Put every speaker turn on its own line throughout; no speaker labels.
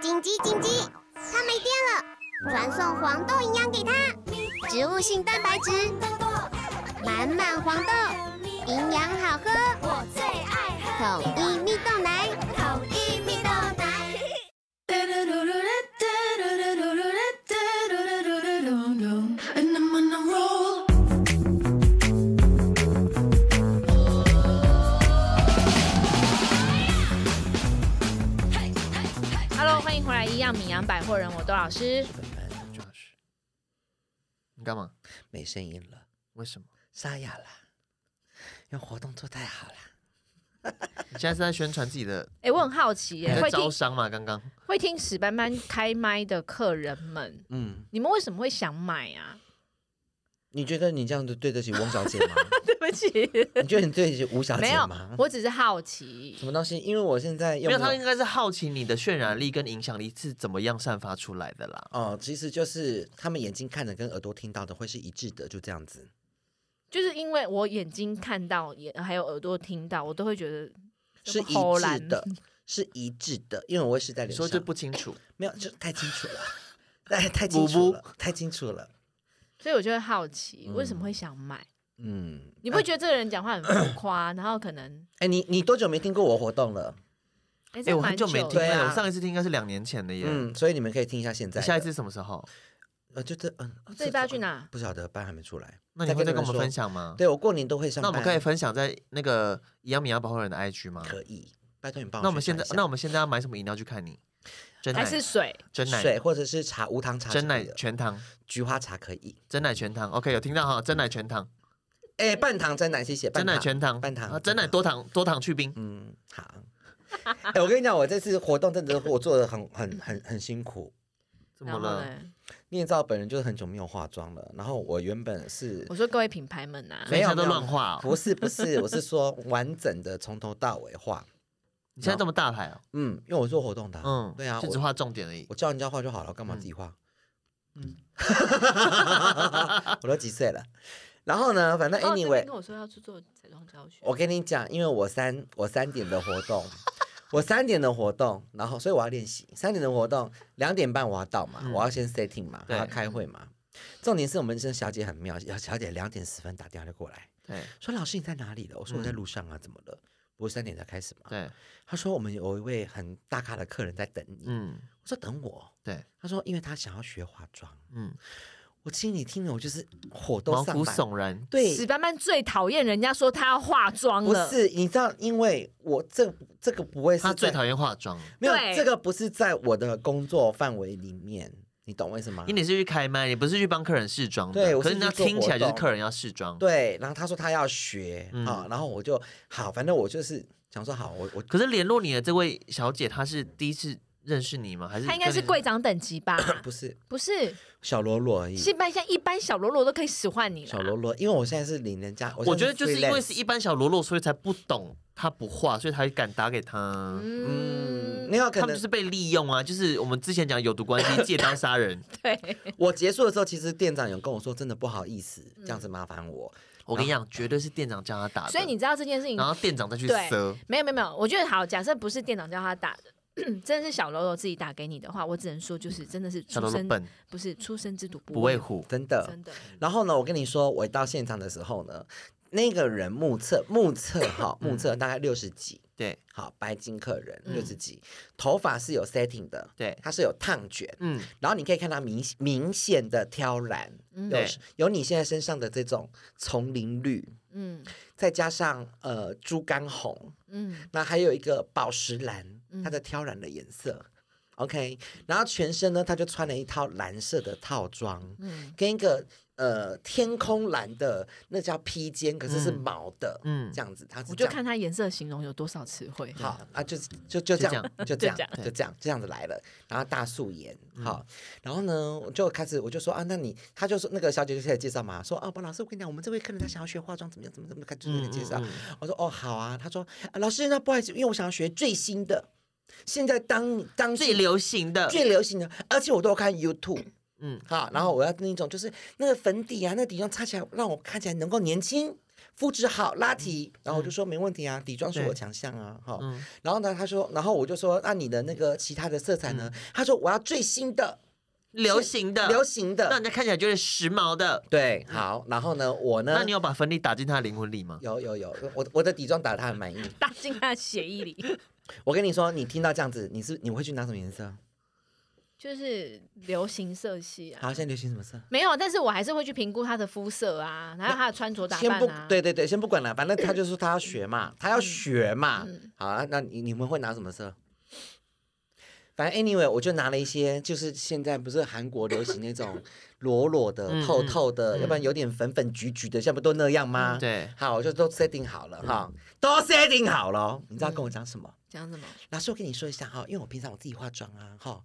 紧急紧急！它没电了，传送黄豆营养给它，植物性蛋白质，满满黄豆，营养好喝，
我最爱
统一蜜豆奶。
喝统一蜜豆奶。
And I'm on a roll.
哈喽，欢迎回来，一样米阳百货人，我多老师。
Josh，你干嘛？
没声音了，
为什么？
沙哑了，因为活动做太好了。
你现在是在宣传自己的，
哎、我很好奇
你
耶，
在
会
招
听
商嘛？刚刚
会听史班班开麦的客人们，
嗯，
你们为什么会想买 啊？
你觉得你这样子对得起翁小姐 吗？
对不起，
你觉得你对得起吴小
没
姐
有
吗，？
我只是好奇
什。么东西？因为我现在
没
用
有，
的
他应该是好奇你的渲染力跟影响力是怎么样散发出来的啦。
哦，其实就是他们眼睛看的跟耳朵听到的会是一致的，就这样子。
就是因为我眼睛看到，也还有耳朵听到，我都会觉得
是一
好
致
懒
的，是一致的，因为我会是在
你
脸
说
上，
这不清楚，
没有，就太清楚了，太太清楚 了，太清楚了。
所以我就会好奇，
嗯
为什么会想买？
嗯，
你不会觉得这个人讲话很浮夸，然后可 能
哎，你你多久没听过我活动了？
哎、
哎，
这
我
蛮
很久没听
的
对
了，
啊
我上一次听应该是两年前的耶。
嗯，所以你们可以听一下现在的。
你下一次什么时候？
呃，就这嗯，
这礼拜要去哪？
不晓得，班还没出来。
那你会再跟我们分
享？
享吗？
对我过年都会上
那
班，
我们可以分享在那个一样米阳保护人的 IG 吗？
可以，拜托你帮我
那我们
宣
现
传一
在
下。，
那我们现在要买什么饮料去看你？真奶
还是水？
真奶
水或者是茶，无糖茶是
真奶
可以的
全糖，
菊花茶可以。
真奶全糖。OK，有听到哈？真奶全糖，
哎，半糖真奶，谢谢。
真
半
奶全糖，
半糖
啊，真奶。多糖多糖去冰。
嗯，好。哎、我跟你讲，我这次活动真的我做的很很很很辛苦。
怎
然
么
后
了？
呢？
你也知道，本人就是很久没有化妆了。然后我原本是
我说各位品牌们呐、啊
所，以
没有
现在都
没有
乱画哦
不是不是，我是说完整的从头到尾化。
你现在这么大牌哦，
嗯，因为我做活动的啊、
嗯，
对啊，
就只
我
画重点而已。
我叫人家画就好了，我干嘛自己画？
嗯
嗯， 我都几岁了。然后呢，反正
哦这边
anyway，、
跟我说要去做彩妆教学，
我跟你讲，因为我三我三点的活动，我三点的活动，然后所以我要练习三点的活动，两点半我要到嘛，
嗯
我要先 setting 嘛，
对
还要开会嘛。重点是我们这小姐很妙，小小姐两点十分打电话就过来，
对
说老师你在哪里了？我说我在路上啊，怎么了？不是三点才开始嘛？
嗯对，
她说我们有一位很大咖的客人在等你。
嗯，
我说等我。
对，
她说因为她想要学化妆。
嗯，
我心里听了我就是火都
毛
上
骨
来。
悚然。
对，
史班班最讨厌人家说她要化妆
不
了，
是，你知道，因为我这这个不会是嗯
他最
在
讨厌化妆，
没有
对
这个不是在我的工作范围里面，你懂我意思吗
因为？你是去开麦，你不是去帮客人试妆的。
对我
可
是
是那
去做
听起来就是
活动
客人要试妆。
对，然后他说他要学啊、
嗯
然后我就好，反正我就是想说好，我我
可是联络你的这位小姐，她是第一次认识你吗？还是
她应该是
跟你
贵长等级吧？
不是
不是，
小喽啰而已，
一般像一般小喽啰都可以使唤你
小
了。
喽啰，因为我现在是领人家，
我
现
觉
在
得就是因为是
freelance
一般小喽啰，所以才不懂她不画，所以才敢打给她。
嗯，
没有可
他们
能
就是被利用啊，就是我们之前讲有毒关系、借刀 杀人。
对，
我结束的时候，其实店长有跟我说，真的不好意思，这样子麻烦我。
我跟你讲，绝对是店长叫他打的。
所以你知道这件事情
然后店长再去
对
搜，
没有没有没有，我觉得好，假设不是店长叫他打的， 真的是小喽啰自己打给你的话，我只能说就是真的是
小
出
喽啰
生
笨
不是出生之犊
不
不
畏
畏，
虎。
真的，
真的
然后呢，我跟你说，我到现场的时候呢，那个人目测目测哈，目测大概六十几，
对
好白金客人六十几，头发是有 setting 的，
对，
它是有烫卷，
嗯，
然后你可以看到明明显的挑染，
嗯
有
对
有你现在身上的这种丛林绿，
嗯
再加上呃猪肝红，
嗯，
那还有一个宝石蓝
嗯，
它的挑染的颜色。OK，然后全身呢，他就穿了一套蓝色的套装，
嗯
跟一个呃天空蓝的那叫披肩，可是是
嗯
毛的，
嗯
嗯，这样子，它是
我
这
就
样。
看他颜色形容有多少词汇。
好啊，就是就就
就
这
这
样，就这
就
样
这样，嗯
就这样，这样子来了。然后大素颜，好，然后呢，我就开始我就说啊，那你，他就说那个小姐就开始介绍嘛，说啊，包老师，我跟你讲，我们这位客人他想要学化妆，怎么样，怎么样怎么样，开始就
嗯
在介
嗯
绍
嗯。
我说哦，好啊。他说啊老师，那不好意思，因为我想要学最新的，现在当当
最流行的，
最流行的，而且我都有看 YouTube。
嗯
嗯，好，然后我要那一种就是那个粉底啊，那底妆擦起来让我看起来能够年轻，肤质好拉提，然后我就说没问题啊，底妆是我
嗯对
强项啊，哈。
嗯
然后呢，他说，然后我就说，那你的那个其他的色彩呢？他说我要最新的、
流行嗯的，
流行
让
的
人。家看起来就是时髦的。
对，好，然后呢，我呢？
那你有把粉底打进他的灵魂里吗？
有有有，我我的底妆打得他很满意。
打进他的血液里，
我跟你说，你听到这样子，你是你会去拿什么颜色？
就是流行色系啊。
好，现在流行什么色？
没有，但是我还是会去评估他的肤色啊，还有他的穿着打
先
扮
不
啊。，嗯
对对对，先不管了，反正他就说他要学嘛，他要学嘛。好啊，那你你们会拿什么色？反正 anyway，我就拿了一些，就是现在不是韩国流行那 种裸裸的、
嗯
透
嗯
透的，要不然有点粉粉橘橘的，现在不都那样吗？。
嗯
对，
好，我就都 setting 好了哈，都 setting 好了哦。你
嗯
知道跟我讲什么？
讲什么？
老师，我跟你说一下哈，因为我平常我自己化妆啊，哈，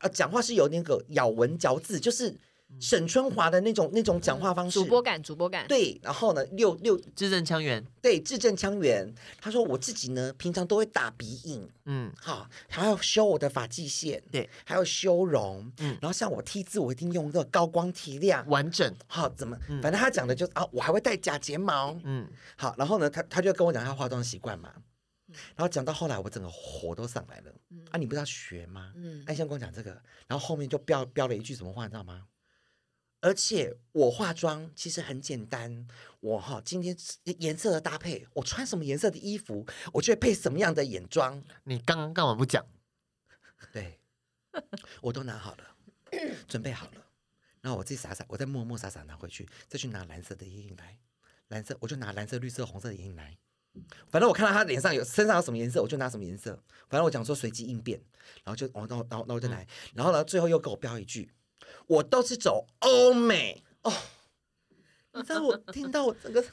呃，讲话是有那个咬文嚼字，就是沈春华的那种那种讲话方
嗯
式。
主播感，主播感。
对，然后呢，六六
字正腔圆。
对字正腔圆。他说我自己呢，平常都会打鼻影，
嗯，
哈，还要修我的发际线，
对，
还要修容，
嗯
然后像我 T 字，我一定用这个高光提亮。
完整。
好，怎么？
嗯
反正他讲的就是啊，我还会戴假睫毛。
嗯，
好，然后呢，他他就跟我讲他化妆习惯嘛，
嗯
然后讲到后来，我整个火都上来了。啊，你不是要学吗？
嗯
安香跟我讲这个，然后后面就标标了一句什么话，你知道吗？而且我化妆其实很简单，我哈今天颜色的搭配，我穿什么颜色的衣服，我就会配什么样的眼妆，
你刚刚干嘛不讲？
对，我都拿好了， 准备好了，然后我自己傻傻，我再默默傻傻拿回去，再去拿蓝色的眼影来，蓝色我就拿蓝色、绿色、红色的眼影来，反正我看到他脸上有身上有什么颜色，我就拿什么颜色，反正我讲说随机应变，然后就哦，那我那我那我就
嗯
来，然后呢最后又给我标一句，我都是走欧美哦，你知道我听到我整个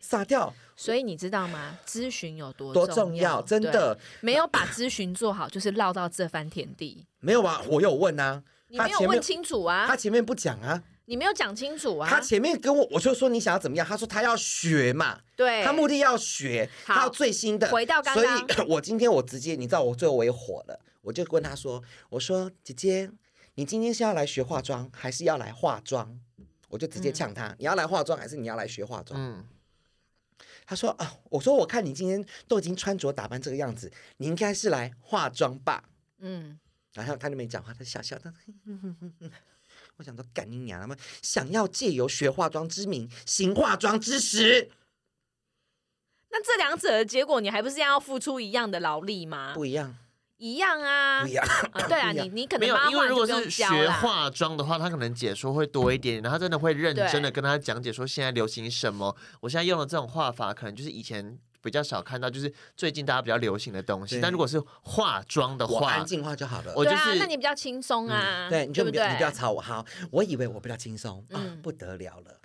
傻掉，
所以你知道吗？咨询有多
多重
重
要，真的
对没有把咨询做好，就是落到这番田地。
没有啊，我有问啊，
你
他
没有
前
问
面
清楚
他
啊，
前面不讲啊。
你没有讲清楚啊
他。前面跟我，我就说你想要怎么样，他说他要学嘛，
对，
他目的要学，
哎好
他要最新的。
回到刚
所
刚
以 我今天我直接，你知道我最后我也火了，我就问他说：“我说姐姐，你今天是要来学化妆，还是要来化妆？”我就直接呛
嗯
他：“你要来化妆，还是你要来学化妆？”
嗯，
他说：“啊，我说我看你今天都已经穿着打扮这个样子，你应该是来化妆吧？”
嗯，
然后他就没讲话，他笑笑的。我想说，干你娘！他们想要借由学化妆之名行化妆之实，
那这两者的结果，你还不是要付出一样的劳力吗？
不一样，
一样啊，
不一样。
啊，对啊，
不一样
你你可
没
能
有
妈，
因
化
为
就
如果
不用
是
教
学
啦
化妆的话，他可能解说会多一点，然后他真的会认真的
对
跟他讲解说现在流行什么。我现在用的这种画法，可能就是以前比较少看到，就是最近大家比较流行的东西。
对
但如果是化妆的
我
话
安，静化就好了。
我
对
就
啊，
是
那你比较轻松啊，
嗯对，你就
不
不
对
要你不要吵我。好，我以为我比较轻松啊
嗯，
不得了了。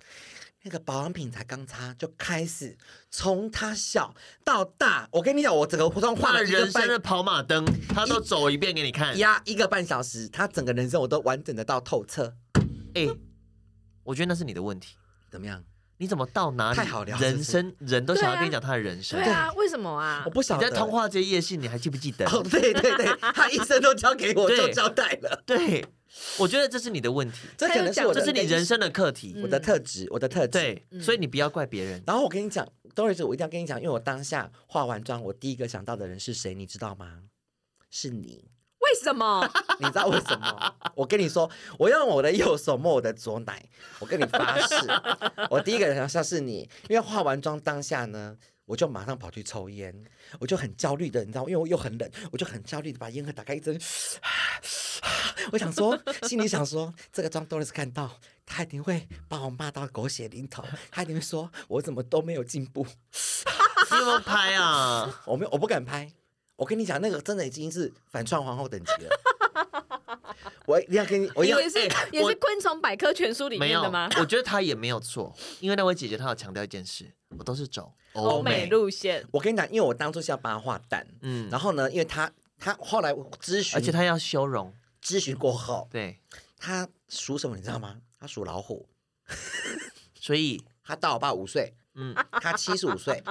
那个保养品才刚擦就开始，从他小到大，我跟你讲，我整个妆画
画
了
了
一个
人生
半
的跑马灯，他都走一遍给你看。
呀一个半小时，他整个人生我都完整的到透彻，
哎、我觉得那是你的问题。
怎么样？
你怎么到哪里？
太好聊是不
人
是
生人都想
对啊
要跟你讲他的人生。
对啊，为什么啊
我？不晓
你
得
在通。话街夜市，你还记不记得？
哦，对对对，他一生都交给我，
对
就交代了。
对，我觉得这是你的问题，
这可能哎是我的，
这是你人生的课题。
我的嗯特质，我的特质。，
对，所以你不要怪别 人。
然后我跟你讲，Doris，我一定要跟你讲，因为我当下化完妆，我第一个想到的人是谁，你知道吗？是你，
为什么？
你知道为什么？我跟你说，我用我的右手摸我的左奶，我跟你发誓，我第一个人想是你，因为化完妆当下呢。我就马上跑去抽烟，我就很焦虑的，你知道吗，因为我又很冷，我就很焦虑的把烟盒打开一针，我想说，心里想说，这个妆 Doris 看到，他一定会把我骂到狗血淋头，他一定会说我怎么都没有进步，
你有没有拍啊？
我没有，我不敢拍。我跟你讲，那个真的已经是反串皇后等级了。 我一定要跟你，我一定要
也是也
我
是昆虫百科全书里
没
面
有
的吗？，
我觉得他也没有错，因为那位姐姐她有强调一件事，我都是走
欧
欧
美
美，
路线，
我跟你讲，因为我当初是要帮他画蛋，
嗯
然，后呢，因为他他后来我咨询，
而且她要修容，
咨询过后，
对，
他属什么你知道吗？他属老虎，
所以
他大我爸五岁，
嗯，
他七十 五岁，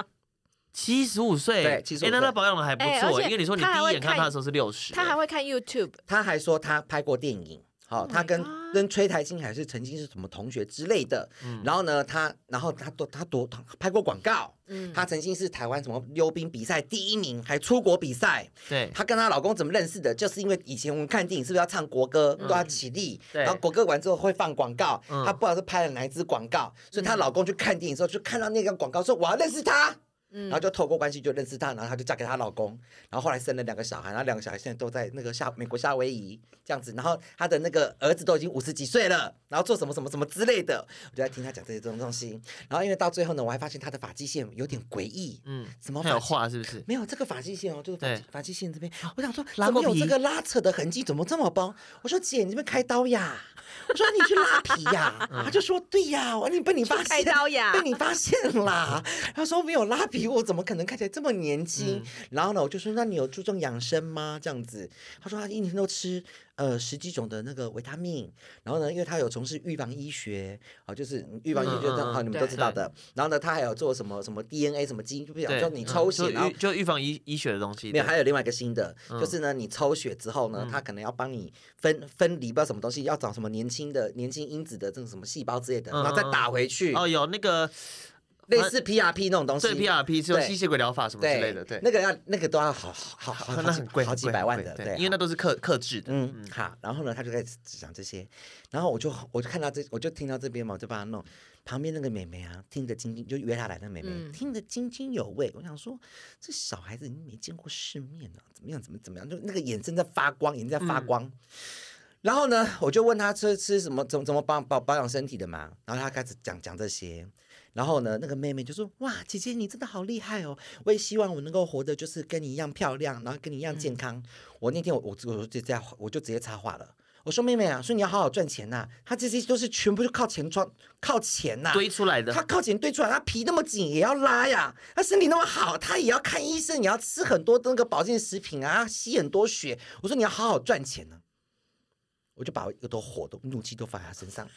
七十五岁，
对75岁
哎那她保养的还不
哎而
错，
且
因为你说你
她还
第一
会
眼看
看
她的时候是六十，
他还会看 YouTube，
他还说他拍过电影，好、
Oh
他
my
跟
God
跟崔台青还是曾经是什么同学之类的。
嗯
然后呢，他然后他多他多他拍过广告，
嗯
他曾经是台湾什么溜冰比赛第一名，还出国比赛。
对，
她跟她老公怎么认识的？就是因为以前我们看电影是不是要唱国歌都要起立，
嗯对
然后国歌完之后会放广告，
嗯
她不知道是拍了哪一支广告，所以她老公去看电影的时候就看到那个广告，说我要认识她。
嗯
嗯
然后就透过关系就认识她，然后她就嫁给她老公，然后后来生了两个小孩，然后两个小孩现在都在那个夏美国夏威夷这样子，然后她的那个儿子都已经五十几岁了，然后做什么什么什么之类的，我就在听她讲这些东西。然后因为到最后呢，我还发现她的发际线有点诡异，
嗯，
什么
还有
发际
画是不是？
没有这个发际线哦，就是发际
对哦
发际线这边，我想说
拉
怎么
过
有这
皮
个拉扯的痕迹，怎么这么崩？我说姐，你这边开刀呀？我说你去拉皮 呀？他就
嗯
说对呀，我你被你发现
开刀啊呀
被你发现啦。他说没有拉皮，我怎么可能看起来这么年
嗯
轻？然后呢，我就说那你有注重养生吗？这样子，他说他一天都吃呃十几种的那个维他命，然后呢，因为他有从事预防医学，哦，就是预防医学
嗯
就
嗯
啊你们都
对
知道的。然后呢，他还有做什么什么 DNA 什么基因，就比如
对，
说你
嗯
抽血，
就
然后
预就预防医医学的东西。
没有，
对
还有另外一个新的，
嗯
就是呢，你抽血之后呢，它可能要帮你分分离，不知道什么东西，要找什么年轻的年轻因子的这种什么细胞之类的，
嗯
然后再打回去，
哦，有那个
类似 PRP 那种东西。
对 PRP 是用
对
吸血鬼疗法什么之类的，对，
那个要那个都要好好好好
那
几
很贵，
好
很
几
贵
百
很
万
贵
的，
对
对，
因为那都是克克制的。
嗯，好，然后呢，他就开始讲这些，然后我就我就看到这，我就听到这边嘛，我就帮他弄。旁边那个妹妹啊，听得津津，就约她来的妹妹，
嗯
听得津津有味。我想说，这小孩子你没见过世面啊，怎么样，怎么怎么样，就那个眼睛在发光，眼睛在发光。然后呢，我就问她吃吃什么，怎么怎么保保保养身体的嘛。然后她开始讲讲这些。然后呢，那个妹妹就说：“哇，姐姐你真的好厉害哦！我也希望我能够活得就是跟你一样漂亮，然后跟你一样健康。我那天我我我就直接我就直接插话了，我说妹妹啊，说你要好好赚钱呐、她这些都是全部就靠钱赚，靠钱呐、
堆出来的
她靠钱堆出来，她皮那么紧也要拉呀，她身体那么好，她也要看医生，也要吃很多那个保健食品啊，吸很多血。我说你要好好赚钱呢、我就把我有朵火都怒气都发在她身上，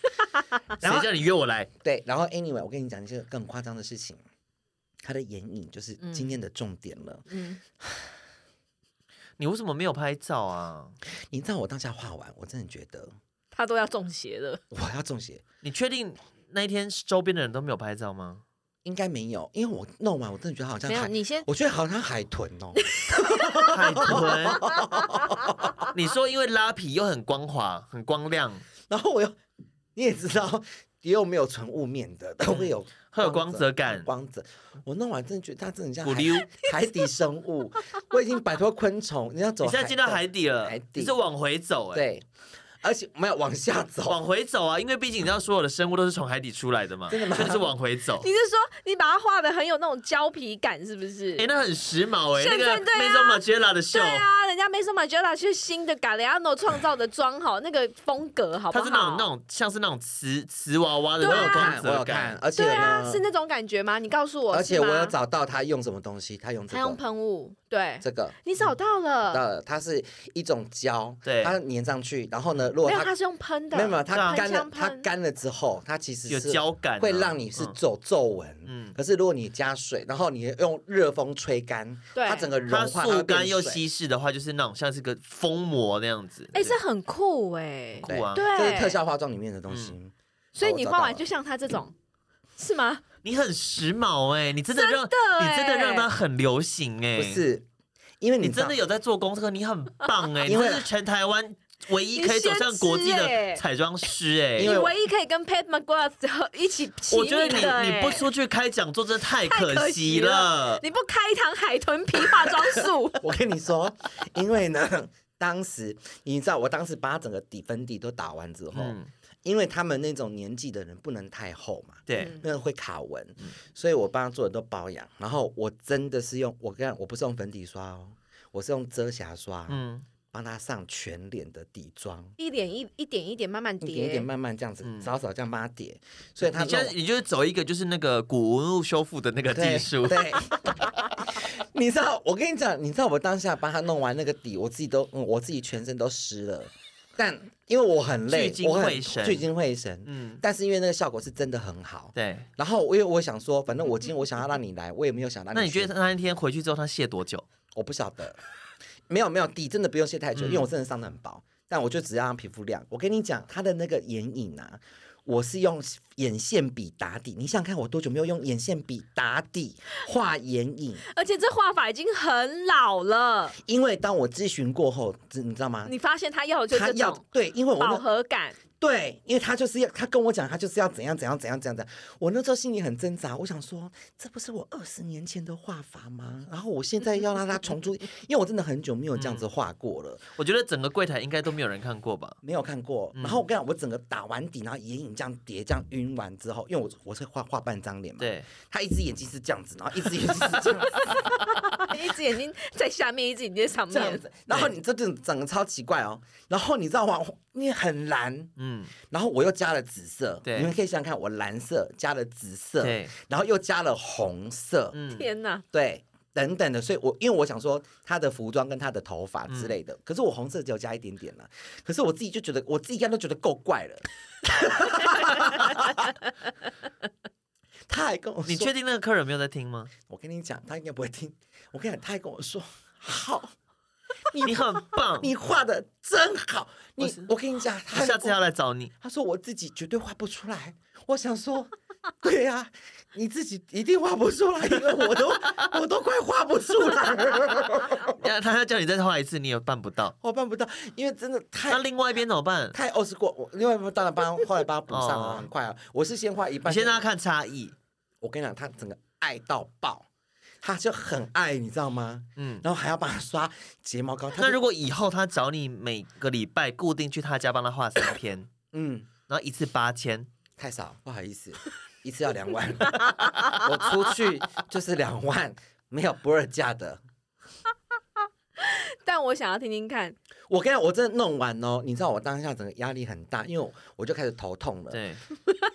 然后
谁叫你约我来？
对，然后 anyway，我跟你讲一些更夸张的事情，他的眼影就是
嗯
今天的重点了。
嗯，
你为什么没有拍照啊？
你知道我当下画完，我真的觉得
他都要中邪了，
我要中邪，
你确定那一天周边的人都没有拍 照吗？
应该没有，因为我弄完，我真的觉得好像
没有，
海，
你先
我觉得好像海豚哦。
海豚，你说因为拉皮又很光滑、很光亮，
然后我又，你也知道，也有没有纯雾面的，都会有
嗯会有光泽感
光泽。我弄完真的觉得它真的很像
骨
海
溜
海底生物，我已经摆脱昆虫，你要走，
你现在进到海底了
海，
你
底
是往回走哎、
对，而且没有往下走，
往回走啊，因为毕竟你知道所有的生物都是从海底出来的嘛，
真的吗
所以就是往回走
你。是说你把它画的很有那种胶皮感，是不是？
哎、那很时髦哎、
现
那
在
个
对啊
m a z o m a g e l a 的秀，
对啊，人家 Mason m a g e l a 是新的 Galliano 创造的装好那个风格，好不
它
好？
是那种那种像是那种瓷瓷娃娃的那
啊
我有
种光
看，我
泽
有看，
感。
而且
对啊，
呢
是那种感觉吗？你告诉我，
而且
是吗
我有找到他用什么东西，他用这
他用
个，
喷雾，对，
这个，
你找到了，
呃，它是一种胶，
对
它粘上去，然后呢，如果
没有，
它
他是用喷的，
没有没有，它
喷
干了
枪，
它
喷
干了之后，它其实
有
是
胶感啊
会让你是
嗯
走皱纹。
嗯
可是如果你加水，然后你用热风吹干，
对
它整个融
它
化，它
速
会变
干又
水
稀释的话，就是那种像是个封膜那样子。
哎，
对
这很酷哎，
酷啊！嗯
对，
这是特效化妆里面的东西。
所以
好
你
我找
画
到
完
了
就像他这 种，是吗？
你很时髦哎、你真的让
的
你真的
欸
让它很流行哎、
不是，因为
你
知道
真的有在做功课，你很棒哎、你
因为
真是全台湾唯一可以走向国际
你先知欸
的彩妆师哎、
因
你
为我
唯一可以跟 Pat McGrath 合一 起齐
我觉得
名的
你你不
哎
出去开讲座真的太
太可
惜
惜了
了。
你不开一堂海豚皮化妆
，
术
我跟你说，因为呢， 当时你知道，我当时把它整个底粉底都打完之后，
嗯，
因为他们那种年纪的人不能太厚嘛，
对，嗯
那个会卡纹，所以我帮他做的都保养。然后我真的是用，我跟你讲我不是用粉底刷哦，我是用遮瑕刷，
嗯，
帮他上全脸的底妆，
一点一一点一点慢慢
一
叠，
点一点慢慢这样子，少少这样帮他叠，所以他
嗯你现在
弄
你就是走一个就是那个古文物修复的那个技
对
术，
对， 你知道，我跟你讲，你知道我当下帮他弄完那个底，我自己都，嗯、我自己全身都湿了。但因为我很累
聚，精
我很
会神
聚精会神。
嗯，
但是因为那个效果是真的很好。
对。
然后我因为我想说，反正我今天我想要让啊你来，我也没有想让
那你
去
觉得他那天回去之后他卸多久？
我不晓得，没有没有底真的不用卸太久，因为我真的伤的很薄。但我就只要让皮肤亮。我跟你讲，它的那个眼影啊，我是用眼线笔打底。你想想看，我多久没有用眼线笔打底画眼影？
而且这画法已经很老了，
因为当我咨询过后，知你知道吗？
你发现他要的就是
他
这
要
种
对，因为我
饱
那
和 感，
对，因为他就是要他跟我讲，他就是要怎样怎样怎样怎样怎样。我那时候心里很挣扎，我想说，这不是我二十年前的画法吗？然后我现在要让他重 出，因为我真的很久没有这样
嗯
子画过了，
我觉得整个柜台应该都没有人看过吧？
没有看过。然后我跟你讲，我整个打完底，然后眼影这样叠这样晕完之后，因为我我是画画半张脸嘛，，
对，
他一只眼睛是这样子，然后一只眼睛是 这样子
一只眼睛在下面，一只眼睛在上
这样
面
子，，然后你这整整个超奇怪哦。然后你知道吗？因为很蓝，
嗯，
然后我又加了紫色，
对
你们可以想想看，我蓝色加了紫色，
对，
然后又加了红色，
嗯，
天哪！
对，等等的，所以我因为我想说她的服装跟她的头发之
嗯
类的，可是我红色只有加一点点啦，可是我自己就觉得我自己看都觉得够怪了。他还跟我说，
你确定那个客人没有在听吗？
我跟你讲，他应该不会听。我跟你讲，他还跟我说，好，
你很棒，
你画的真好，你
我是
我跟你讲，
我
他
下次要来找你。
他说我自己绝对画不出来。我想说，对呀、你自己一定画不出来，因为我都我都快画不出来了，
要 他要叫你再画一次，你也办不到。
我办不到，因为真的
那
太
另外一边怎么办？
太 o 是过。我另外一部分当然帮他后来帮他补上了，
哦
很快啊。我是先画一
你
半，
先让他。看差异。
我跟你讲，他整个爱到爆，他就很爱，你知道吗？
嗯，
然后还要帮他刷睫毛膏。他
那
就
如果以后他找你每个礼拜固定去他家帮他画三篇，
嗯
然后一次 八千，
太少，不好意思，一次要两万，我出去就是两万，没有不二价的。
但我想要听听看，
我跟你讲，我真的弄完哦，你知道我当下整个压力很大，因为我我就开始头痛了，
对，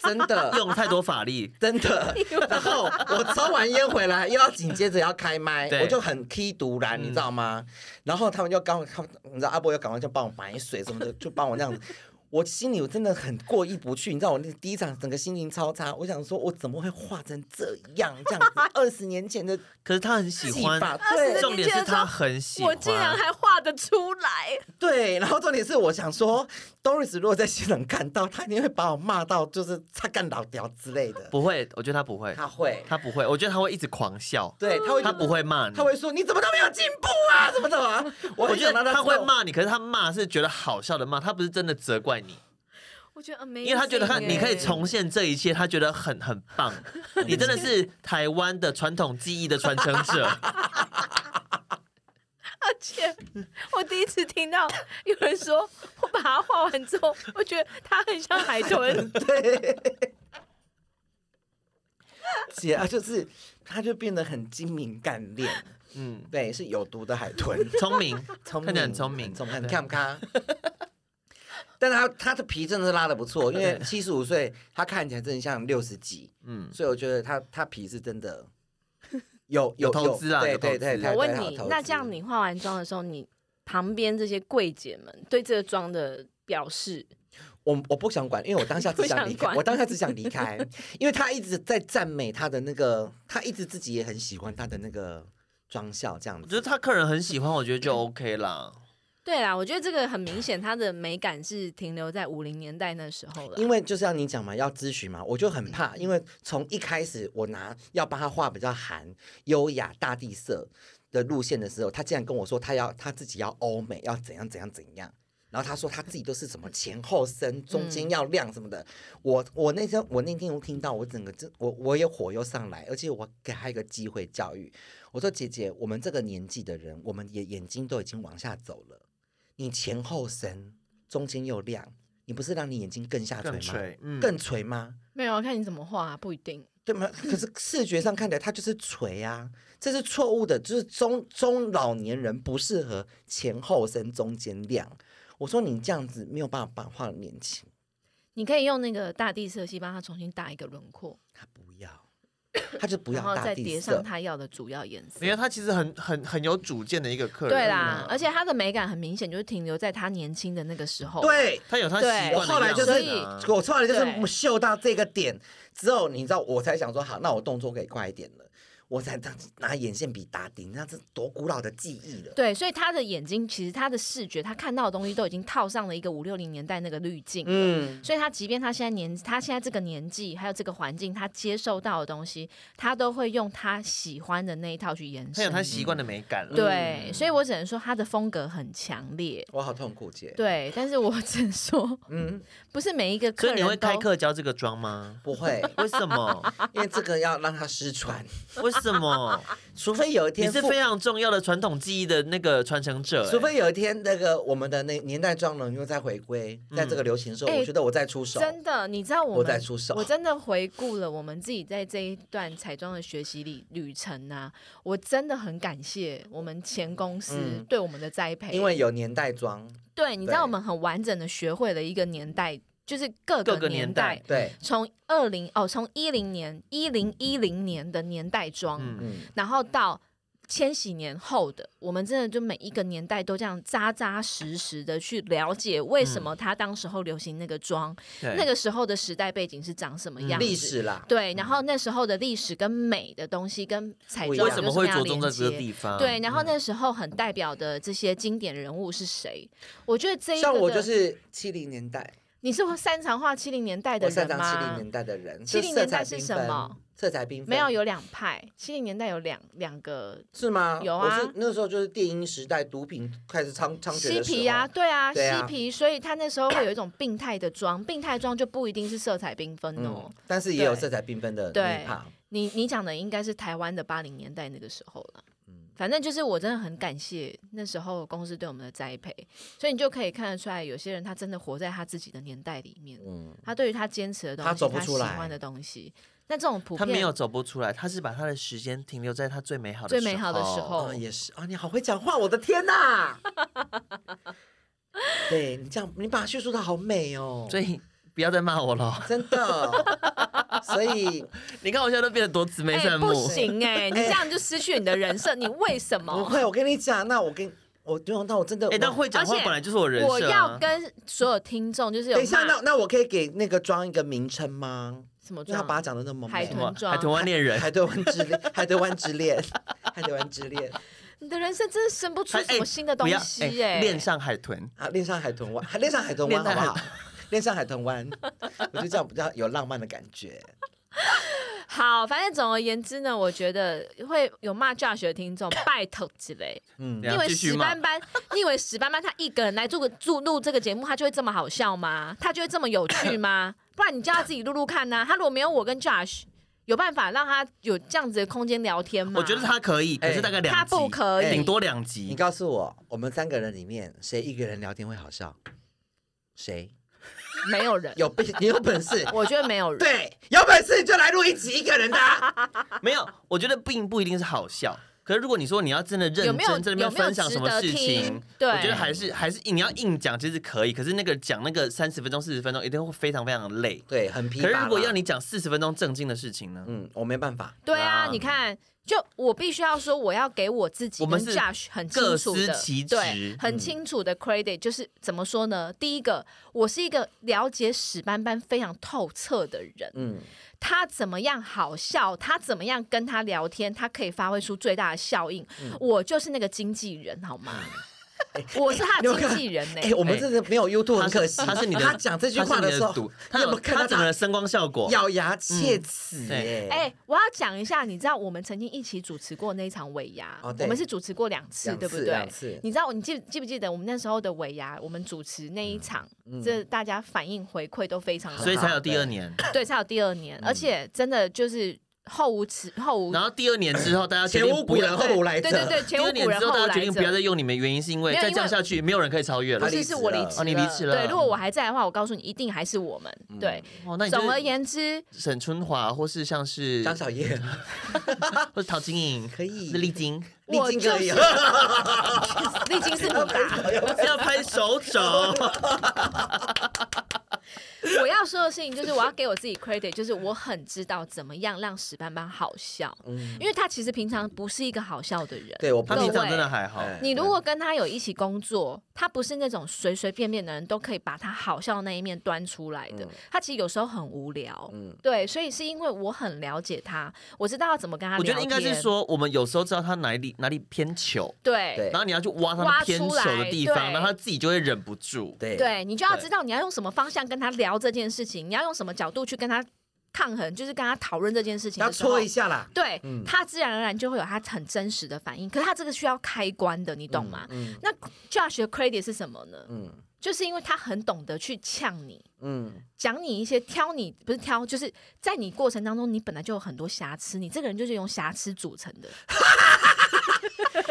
真 的，
用太多法力。
真 的。然后我抽完烟回来，又要紧接着要开麦，
对嗯
我就很踢独然，你知道吗？然后他们就刚，他们你知道阿波又赶快就帮我买水什么的，就帮我那样子。我心里我真的很过意不去，你知道我那第一场整个心情超差，我想说我怎么会画成这样这样 子？二十年前的
可是他很喜
技
欢，
法，
20
对
年
重点是他很喜欢。
我竟然还画得出来，
对，然后重点是我想说，Doris 如果在现场看到，他一定会把我骂到就是擦干老屌之类的。
不会，我觉得他不会，
他会，
他不会，我觉得他会一直狂笑，
对，他会，
他不，会骂你
他。会说你怎么都没有进步啊，怎么怎么啊。我
我
很
觉
想
得
让
他
他
会
知道，
骂你，可是他骂是觉得好笑的骂，他不是真的责怪你，
我觉得 amazing，欸
因为他觉得他你可以
耶
重现这一切，他觉得很很 棒，你真的是台湾的传统技艺的传承 者。
而且我第一次听到有人说，我把它画完之后，我觉得它很像海 豚。
姐啊，就是他就变得很精明干练，
嗯，
对，是有毒的海 豚，
聪明，
聪明，
看起来很聪明，嗯
聪明，
对
你看不看？啊 但他他的皮真的是拉的不错，因为
对
七十五岁，他看起来真的像六十几。
嗯，
所以我觉得他他皮是真 的有
有投资啊
对
有投
对对
资
对。
我问
对
你，那这样，你化完妆的时候，你旁边这些柜姐们对这个妆的表示，
有投资我我不想管，因为我当下只
不想
想离开，
管
我当下只想离开，因为他一直在赞美他的那个，他一直自己也很喜欢他的那个妆效这样
我
子。
觉得他客人很喜欢，我觉得就 OK 啦。
对啦，我觉得这个很明显，它的美感是停留在五零年代那时候了。
因为就是要你讲嘛，要咨询嘛，我就很怕，因为从一开始我拿要帮他画比较韩、优雅、大地色的路线的时候，他竟然跟我说他要他自己要欧美，要怎样怎样怎样。然后他说他自己都是什么前后深，中间要亮什么的。我我那天我那天我听到我整个这我我也火又上来，而且我给他一个机会教育。我说姐姐，我们这个年纪的人，我们也眼睛都已经往下走了。你前后深，中间又亮，你不是让你眼睛更下垂吗？
更垂嗯
更垂吗？
没有看你怎么画、啊不一定。
对吗？可 是视觉上看起来它就是垂啊，这是错误的，就是中中老年人不适合前后身中间亮。我说你这样子没有办法把画年轻，
你可以用那个大地色系帮它重新打一个轮廓，
他不要，他就不
然
要
后
大
再
地
叠
色
上。它要的主要颜色
没。有，他其实很很很有主见的一个客人。嗯
对啦，而
且
且它的美感很明显，就是停留在它年轻的那个时候。
对，
他有他习
对
惯的
我后来就是
样子啊
我后来就是
嗯对
嗅到这个点之后，你知道我才想说好，那我动作可以快一点了。我才这样子拿眼线笔打底，那是多古老的记忆了。
对，所以他的眼睛其实他的视觉，他看到的东西都已经套上了一个五六零年代那个滤镜。
嗯，
所以他即便他现在年，他现在这个年纪，还有这个环境，他接受到的东西，他都会用他喜欢的那一套去延
他有
伸。
他习惯的美感了。
对，所以我只能说他的风格很强烈。
我好痛苦，姐。，
对，但是我只能说，
嗯，
不是每一个客
所以
人
你会
都
开课教这个妆吗？
不会，
为什么？
因为这个要让它失传，
为什么？
除非有一
你
天
是
复
非常重要的传统技艺的那个传承者、
除
欸
非有一天那个我们的那年代妆容又再回归，在这个流行的时候，
哎
我觉得我再出手，
真的，你知道我
我
们
在出手
我真的回顾了我们自己在这一段彩妆的学习里旅程啊，我真的很感谢我们前公司
嗯
对我们的栽培，
因为有年代妆，
对，你知道
对
我们很完整的学会了一个年代，就是各
各
个
个
年
年代
代。
对，
从二零哦，从一零年、一零一零年的年代妆，
嗯，
嗯，
然后到千禧年后的，我们真的就每一个年代都这样扎扎实实的去了解为
嗯
什么它当时候流行那个妆，
对，嗯
那个时候的时代背景是长什么样子
历。史啦，
对，然后那时候的历史跟美的东西跟彩
不一
妆
样
为什么会着重在这个
方？
地方？嗯
对，然后那时候很代表的这些经典人物是谁？我觉得这一个
像我
的
就是七零年代，
你是擅长画七零年代的
我擅
人
长七零
吗？
年代的人，
70
就色
年代
彩
是
缤
什
纷
么？
色彩缤纷
没有，有两派。七零年代有两两个
是吗？
有啊
我是那时候就是电音时代，毒品开始猖猖獗
嬉
的
皮
时
呀、
候，
对啊，嬉
对啊
皮，所以他那时候会有一种病态的妆，病态妆就不一定是色彩缤纷哦。
嗯，但是也有
对
色彩缤纷的
对
女胖，
你你讲的应该是台湾的八零年代那个时候了。
嗯
反正就是我真的很感谢那时候公司对我们的栽培，所以你就可以看得出来，有些人他真的活在他自己的年代里
哦
面，
嗯，
他对于他坚持的东西，
他走不出来
喜欢的东西，那这种普
他
遍
没有走不出来，他是把他的时间停留在他最美好的
最美好的时候
哦，也是啊，你好会讲话，我的天哪！ 对你这样，你把它叙述的好美哦，
所以不要再骂 我了。
真的。所以
你看我现在都变得多姊妹
哎、
善目，
不行哎、 你这样就失去你的人设，你为什
不
么？
会，我跟你讲，那我跟我对，哦那我真的，
哎、但
我
会讲话
而且
本来就是我人
我
设、
要
啊。
跟所有听众就是有
等一下，
骂
那那我可以给那个妆一个名称吗？
什么
因为他把它
妆？
讲的那么美，
海
什么
豚妆
海豚湾恋人，
海豚湾之恋，海豚湾之恋，海豚湾之恋
你的人生真的生不出
哎
什么新的东
不要
西
哎
哎、
恋上海豚，
啊，恋上海豚湾，恋上海豚湾
恋
好
上
不
海
好？恋上海豚湾，我觉得这样比较有浪漫的感觉。
好，反正总而言之呢，我觉得会有骂 Josh 的听众，拜托之类。
嗯
你
你以为
啊要继续
史
骂
班。班，你以为史班班他一个人来做个录录这个节目，他就会这么好笑吗？他就会这么有趣吗？不然你叫他自己录录看呐、他如果没有我跟 Josh，有办法让他有这样子的空间聊天吗？
我觉得他可以，可是大概两集，
哎他
哎
不可以
顶多两
你
集。
告诉我，我们三个人里面谁一个人聊天会好笑？谁
没有人，
有本你有本事？
我觉得没有人。
对，有本事你就来录一集一个人的啊、
没有，我觉得并不一定是好笑。可是如果你说你要真的认
有
真
没有
在那边分享什么事
有没有值得
情
听，对
我觉得还是还是你要硬讲，其实可以。可是那个讲那个三十分钟、四十分钟，一定会非常非常累。
对，很疲乏
可
啦。
是如果要你讲四十分钟正经的事情呢？
嗯，我没办法，
对啊，
啊
你看，就我必须要说，我要给我自己
我们
跟
是
Josh 很
各
清楚
司
的
其，职嗯
对，很清楚的 credit，就是怎么说呢？第一个，我是一个了解史班班非常透彻的人，
嗯，
他怎么样好笑，他怎么样跟他聊天，他可以发挥出最大的效应。
嗯
我就是那个经纪人，好吗？我是他
你有
的
看
经纪人呢、
哎、我们真的没有 YouTube
他
很
是
可惜。
他是你的，
他讲这句话
的
时候
他是你，赌他
你有没
有
有看
他
到
整个
他
声光效果？
咬牙切齿、
嗯
哎、
对
哎、我要讲一下，你知道我们曾经一起主持过那一场尾牙，
哦对
我们是主持过两次，
两
对不
次
对
两次？
你知道，你记记不记得我们那时候的尾牙，我们主持那一场，这大家反应回馈都非常好，
所 以才有第二年。
对，才有第二年，而且真的就是后无耻后无
然，后第二年之后，大家决
前
定
无古
不要
人后无来
对
者。
对对，
第
前
二
无古
年
人
之后，
后
大家
来
决定不要再
者。
用你们，原因是因为
没有
再
因
这样
为
下去，没有人可以超越
不
了
他。离
是，是
职
我离
了
职
哦你离职了
对，如果我还在的话，我告诉你，一定还是我们。对，
哦，那你就
总而
是
言之，
沈春华，或是像是
张小 燕，
或是陶晶莹，
可以
是丽晶，
历
我
经
就
可
是
以。
历经是你吧？
要拍手肘。
我要说说的事情就是我要给我自己 credit，就是我很知道怎么样让史斑斑好笑，
嗯
因为他其实平常不是一个好笑的人。
对我不
他平
各
常
位
真的还好，
哎
你如果跟他有一起工作，他不是那种随随便便的人都可以把他好笑的那一面端出来的。
嗯
他其实有时候很无聊，
嗯
对，所以是因为我很了解他，我知道要怎么跟他聊
我觉
天。
得应该是说，我们有时候知道他哪里哪里偏糗，
对
对
然后你要去挖
挖出
他的偏糗的地
来
方，
对
然后他自己就会忍不住。
对
对，你就要
对？
知道你要用什么方向跟他聊这件事情，你要用什么角度去跟他抗衡，就是跟他讨论这件事情
要
的时候
搓一。下啦，
对、
嗯
他自然而然就会有他很真实的反应，可是他这个需要开关的，你懂吗？
嗯
那 Josh 的 credit 是什么呢？
嗯
就是因为他很懂得去呛你，
嗯，
讲你一些挑你不是挑，就是在你过程当中，你本来就有很多瑕疵，你这个人就是用瑕疵组成的。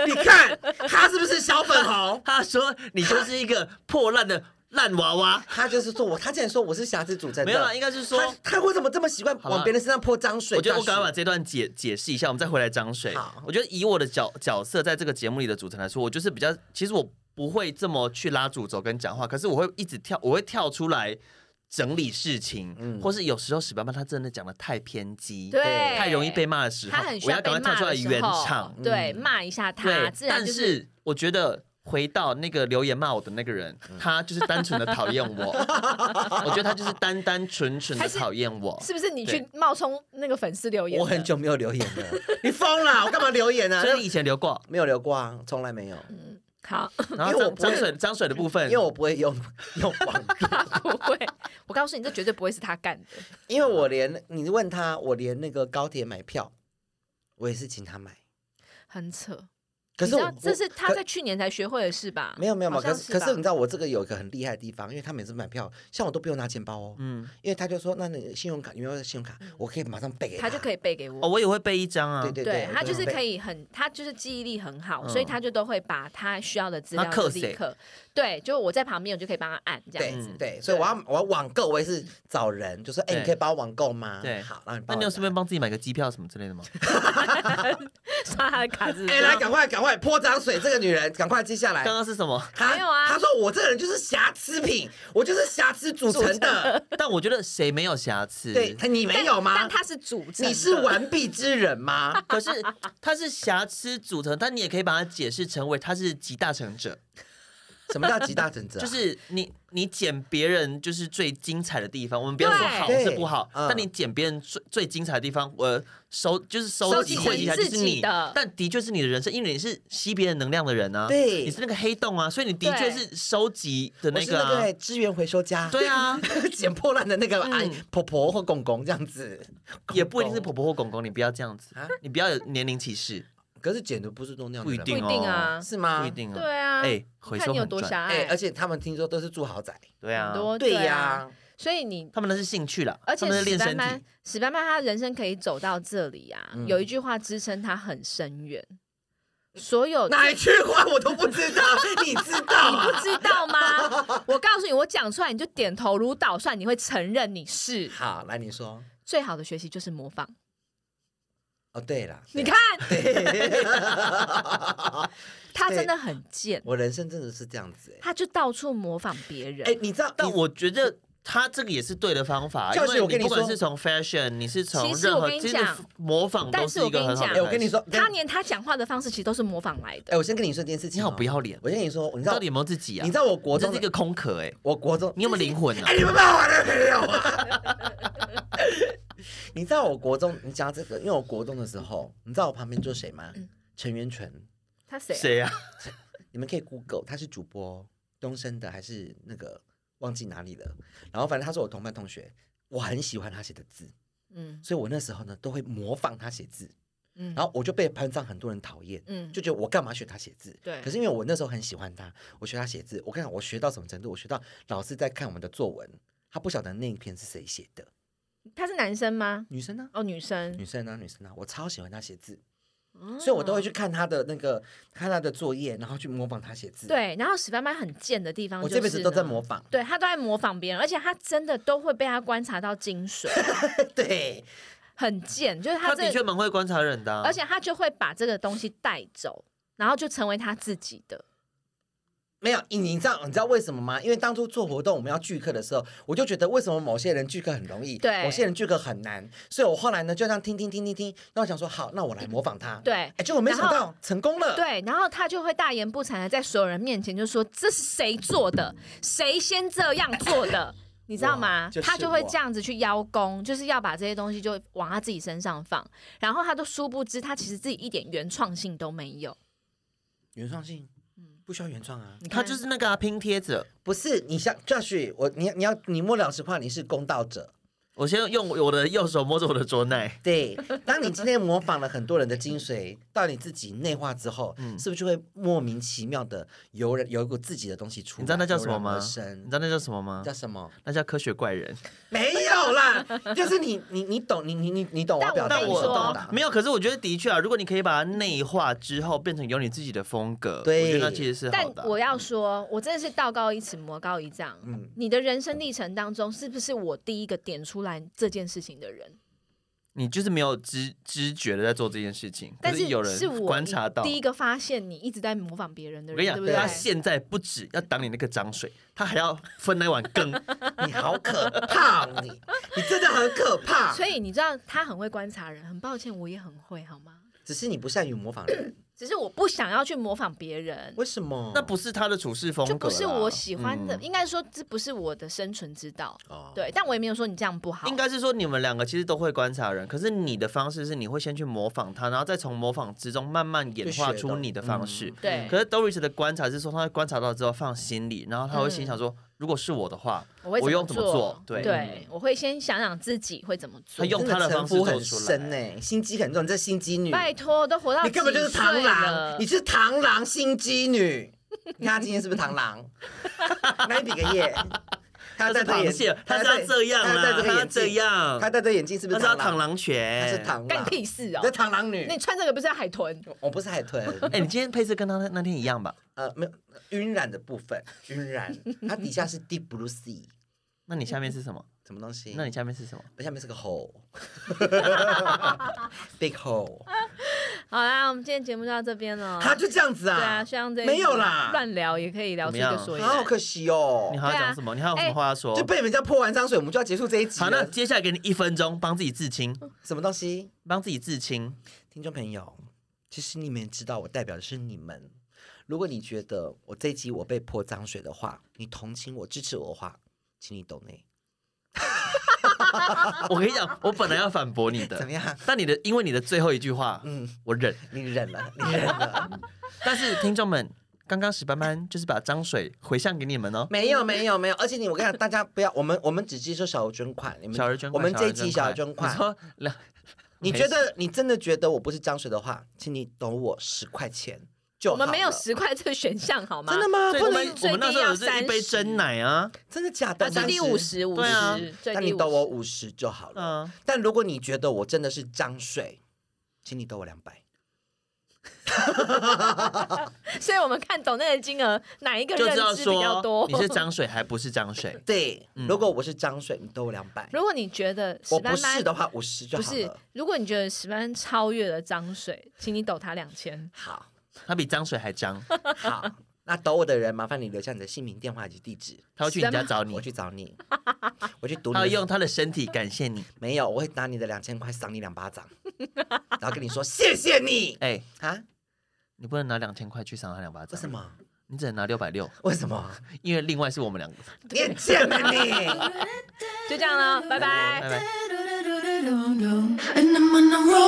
你看他是不是小粉红
他说你就是一个破烂的烂娃娃，
他就是说我，他竟然说我是瑕疵组成的，
没有啦，啊应该是说，
他他为什么这么习惯
啦
往别人身上泼脏水？
我觉得我
大
赶
叔
快把这段解解释一下，我们再回来张水
好。
我觉得以我的角角色在这个节目里的组成来说，我就是比较，其实我不会这么去拉主轴跟讲话，可是我会一直跳，我会跳出来。整理事情，或是有时候史班班他真的讲的太偏激，
嗯对
太容易被骂的时候
他很，需
我要
被
赶快跳
骂
出来
的时
圆
候
场，，
对，骂一下他，
对，
自然
但
就是
是我觉得回到那个留言骂我的那个人，
嗯
他就是单纯的讨厌 我，我觉得他就是单单纯纯的讨厌我。
是不是你
对
去冒充那个粉丝留言？
我很，久没有留言了， 你疯了？我干嘛留言呢、啊
所以嗯你以前留过，
没有留过啊，从来没有，
好，
然
因
后
为我
张
不会
张水张水的部分，
因为我不会用用网
不
络，
会，我告诉你，这绝对不会是他干的。
因为我连你问他，我连那个高铁买票，我也是请他买。
很扯。
可是
你知
我
道这是他
可
在去年才学会的事吧？
没有没有嘛，
好像
可是可
吧
是你知道我这个有一个很厉害的地方，因为他每次买票，像我都不用拿钱包哦，
嗯，
因为他就说那你信用卡有没有信用卡，我可以马上背给
嗯他就可
以，
以背给
哦，
我。
我也会背一张啊，
对对
对
对，
他就是可
以，
以很，他就是记忆力很好，
嗯
所以他就都会把他需要的资
他
料就
克
立
谁
刻，对，就我在旁边，我就可以帮他按这样
对
子。
嗯
对，所以我要我要网购，我也是找人，就说哎，
对
你可以帮我网购吗？
对
好，然后你
那
帮我
你有顺便
拿
帮自己买个机票什么之类的吗？
刷他的卡 子。
哎，来，赶快赶快泼脏水，这个女人赶快接下来
啊刚。刚是什么？
他
没有啊
他说我这个人就是瑕疵品，我就是瑕疵组成的。
但我觉得谁没有瑕疵？
对，他你 没有吗
但？他是主，
你是完璧之人吗？
可是他是瑕疵组成，但你也可以把它解释成为他是集大成者，
什么叫集大成者啊？
就是你你捡别人就是最精彩的地方，我们不要说
对
好
对
是不好，
嗯
但你捡别人最最精彩的地方，我收就是收
收
集
集
汇集
成
起来就
自
是
己
你
的，
但的确是你的人生，因为你是吸别人能量的人啊，
对
你是那个黑洞啊，所以你的确
对
是收集的
我
那
是
个
那个
啊、
欸资源回收家。
对啊，
捡破烂的那个阿姨
嗯
婆婆或公公这样子，
也不一定是
公
婆婆或公公，你不要这样子
啊，
你不要有年龄歧视，
公。可是捡的不是都那样的
不一
人吗，
定
不一定啊
哦，
是吗？
不一。定哦，
对啊，
哎回收
看你有
很
多
赚
狭隘，
哎、而且他们听说都是住豪宅。
对啊
很，多
对呀、
啊，所以你
他们那是兴趣啦，
而
他
且
们是
史
练
班
身
班
体，，
史班班他人生可以走到这里啊，
嗯
有一句话支撑他很深远。所
哦
有
哪一句话我都不知 道，你知道
你
啊、
不知道吗？ 我告诉你，我讲出来你就点头如捣蒜，你会承认你是
好，来你说。
最好的学习就是模仿。
哦，对了，
你
对
看， 他真的很贱，
我人生真的是这样子、欸
他就到处模仿别人。
哎、哎，你知道？
啊但
你
我觉得他这个也是对的方法，因
教训
为
我跟
你
你
不管
说
是从 fashion，你是从
其实
任
我
何
跟你
其实
讲
模仿
但
都
是
是
我
一个
跟你
很好
讲
的开
哎、
始。
我跟你说，
他连他讲话的方式其实都是模仿来
哎、
的。
我先跟你说一件事情、
你好不。要脸，
我先跟你说，你
你
知道
到底有没有自己啊？
你知道我国
这
中
是
的
一个空壳哎，
我国中
你有没有灵魂啊
哎、？你们骂我男朋友啊！ 你知道我国中，你讲到这个，因为我国中的时候，你知道我旁边坐谁吗？
嗯
陈元纯，
他谁啊？
谁啊？
你们可以 Google，他是主播，东升的还是那个忘记哪里了。然后反正他是我同班同学，我很喜欢他写的字，
嗯
所以我那时候呢都会模仿他写字，
嗯，
然后我就被班上很多人讨厌。
嗯
就觉得我干嘛学他写字？
对
可是因为我那时候很喜欢他，我学他写字。我跟你讲，我学到什么程度？我学到老师在看我们的作文，他不晓得那一篇是谁写的，
他是男生吗？
女生呢、
哦，女生哦
女，生啊，女生啊，我超喜欢她写字，所以我都会
去。
去看她的那个看她的作业，然后去模仿她写字。，
对，然后史班班很贱的地方，
我这辈子都在模。仿。
对他都在模仿别人，而且他真的都会被他观察到精 髓，
对，
很贱，就是
他
这
的确蛮会观察人的啊，
而且他就会把这个东西带走，然后就成为他自己的。
没有，你你知道你知道为什么吗？因为当初做活动我们要聚客的时候，我就觉得为什么某些人聚客很容易，
对
某些人聚客很难，所以我后来呢就这样听听听听听，那我想说好，那我来模仿他，
对
哎，结果没想
然
到成功了，，
对，然后他就会大言不惭的在所有人面前就说这是谁做的，谁先这样做的，你知道吗？
就是
他就会
我
这样子去邀功，就是要把这些东西就往他自己身上放，然后他都殊不知他其实自己一点原创性都没有。
原创性，
嗯
不需要原创啊，
你
他
看
就是那个、啊、拼贴者。
不是你像 Josh，我你你要你摸了实话，你是公道者，
我先用我的右手摸着我的左 奶，
对，当你今天模仿了很多人的精髓，到你自己内化之后，
嗯
是不是就会莫名其妙的有人有一股自己的东西出来？
你知道那叫什么
油然
吗？
而
你
生
知道那叫什么吗
叫？什么？
那叫科学怪人。
没有啦，就是你你你懂你你你你啊懂我
但
要
我跟
表达
但
你
你
我
懂
说
的，
没有，可是我觉得的确啊，如果你可以把它内化之后，变成有你自己的风格，
对
我觉得那其实是
但
好的啊。
我要说，我真的是道高一尺，魔高一丈。
嗯
你的人生历程当中，是不是我第一个点出来这件事情的人？
你就是没有知知觉的在做这件事情，
但
可是有人
是我
观察到。
第一
我
个发现你一直在模仿别人的
跟你
人，
讲
对不，
他
对？
现在不止要挡你那个脏水，他还要分那碗羹。
你好可怕，你 你真的很可怕。
所以你知道他很会观察人，很抱歉，我也很会，好吗？
只是你不善于模仿人，
只是我不想要去模仿别人，
为什么？
那不是他的处事风格
就
啦，
不是我喜欢的，
嗯
应该说这不是我的生存之道。
哦，
对，但我也没有说你这样不好。
应该是说你们两个其实都会观察人，可是你的方式是你会先去模仿他，然后再从模仿之中慢慢演化
就学
出
到
你的嗯方式。
对
可，是 Doris 的观察是说，他会观察到之后放心里，然后他会心想说，如果是我的话，
嗯我会
我用
怎
怎么做对嗯
对，我会先想想自己会怎么做
他。用
真的
他的
城
方式
府
做
很
出
深
来。
呢，心机很重，你这心机女，
拜托，都活到
你根本就是
几
螳
岁
螂，
了
你是螳螂心机女。你看她今天是不是螳螂？ 那你比个耶，她戴
他是
这个眼
螃蟹，他
她
是
戴
要这样
她戴
啦，
这
他
个
要
眼
这
镜，
样，
她戴这个眼镜是不
他
是
是要
螳
螳
螂？
螂
她
拳，
是螳
干
螂
你，屁事
你
哦
这！螳螂女
那。你穿这个不是海 豚？
我不是海豚，
哎、你今天配色跟他那那天一样吧？
呃，没有晕染的部分，晕染，它底下是 deep blue sea，
那你下面是什么？
什么东西？
那你下面是什么？
下面是个 hole，big hole，
嗯好啦，我们今天节目就到这边了。
它就这样子啊？
对啊，像这一
没有
集
啦，
乱聊也可以聊出一
怎么
个
样
所以
好
然。
可惜哦
你。还要讲什么？你还有什么话要说？
就被人家泼完脏水，我们就要结束这一集了。
好，那接下来给你一分钟，帮自己自清，
什么东西？
帮自己自 清。
听众朋友，其实你们也知道，我代表的是你们。如果你觉得我这一集我被泼脏水的话，你同情我、支持我的话，请你懂内。
我跟你讲，我本来要反驳你的，
怎么样？
但你的因为你的最后一句话，
嗯，
我忍。
你忍了，你忍了。
但是听众们，刚刚史班班就是把脏水回向给你们哦。
没有，没有，没有。而且你，我跟你讲，大家不要，我们我们只接受小额捐款。你们
小人捐款，
我们这一集
集
小额捐款
你。说 两，
你
没
觉
事
得你真的觉得我不是脏水的话，请你懂我十块钱就
我
好了。
们没有十块这个选项，好吗？
真的吗？
所以
不
我们
能
我们那时候有
最低要
是一杯
30
真奶啊，
真的假
啊，
的？
最低
50
五十，五
对啊
十，最
那
低
你抖我
50
五十就好了。
嗯，
但如果你觉得我真的是张水，请你抖我两百。
所以我们看懂那个金额哪一个
就
认
知道
知比较
说
多。
你是脏水还不是脏水。
对，
嗯
如果我是张水，你抖我两百。
如果你觉得史
我不
班
是
班
的话，五十就
不
好
是
了。，
如果你觉得史班班超越了张水，请你抖他两千。
好，
它比脏水还脏，
好，那抖我的人，麻烦你留下你的姓名、电话以及地址，
它会去你家找
我
你，
去找 你，我去堵
它会
你。
用它的身体感谢你。
没有，我会拿你的两千块赏你两巴掌，然后跟你说谢谢你
哎、
啊？
你不能拿两千块去赏他两巴掌，
为什？么？
你只能拿六百六，
为什 么？
因为另外是我们两个。
你很贱啊你！
就这样了，拜拜
拜。拜。
And I'm on a roll.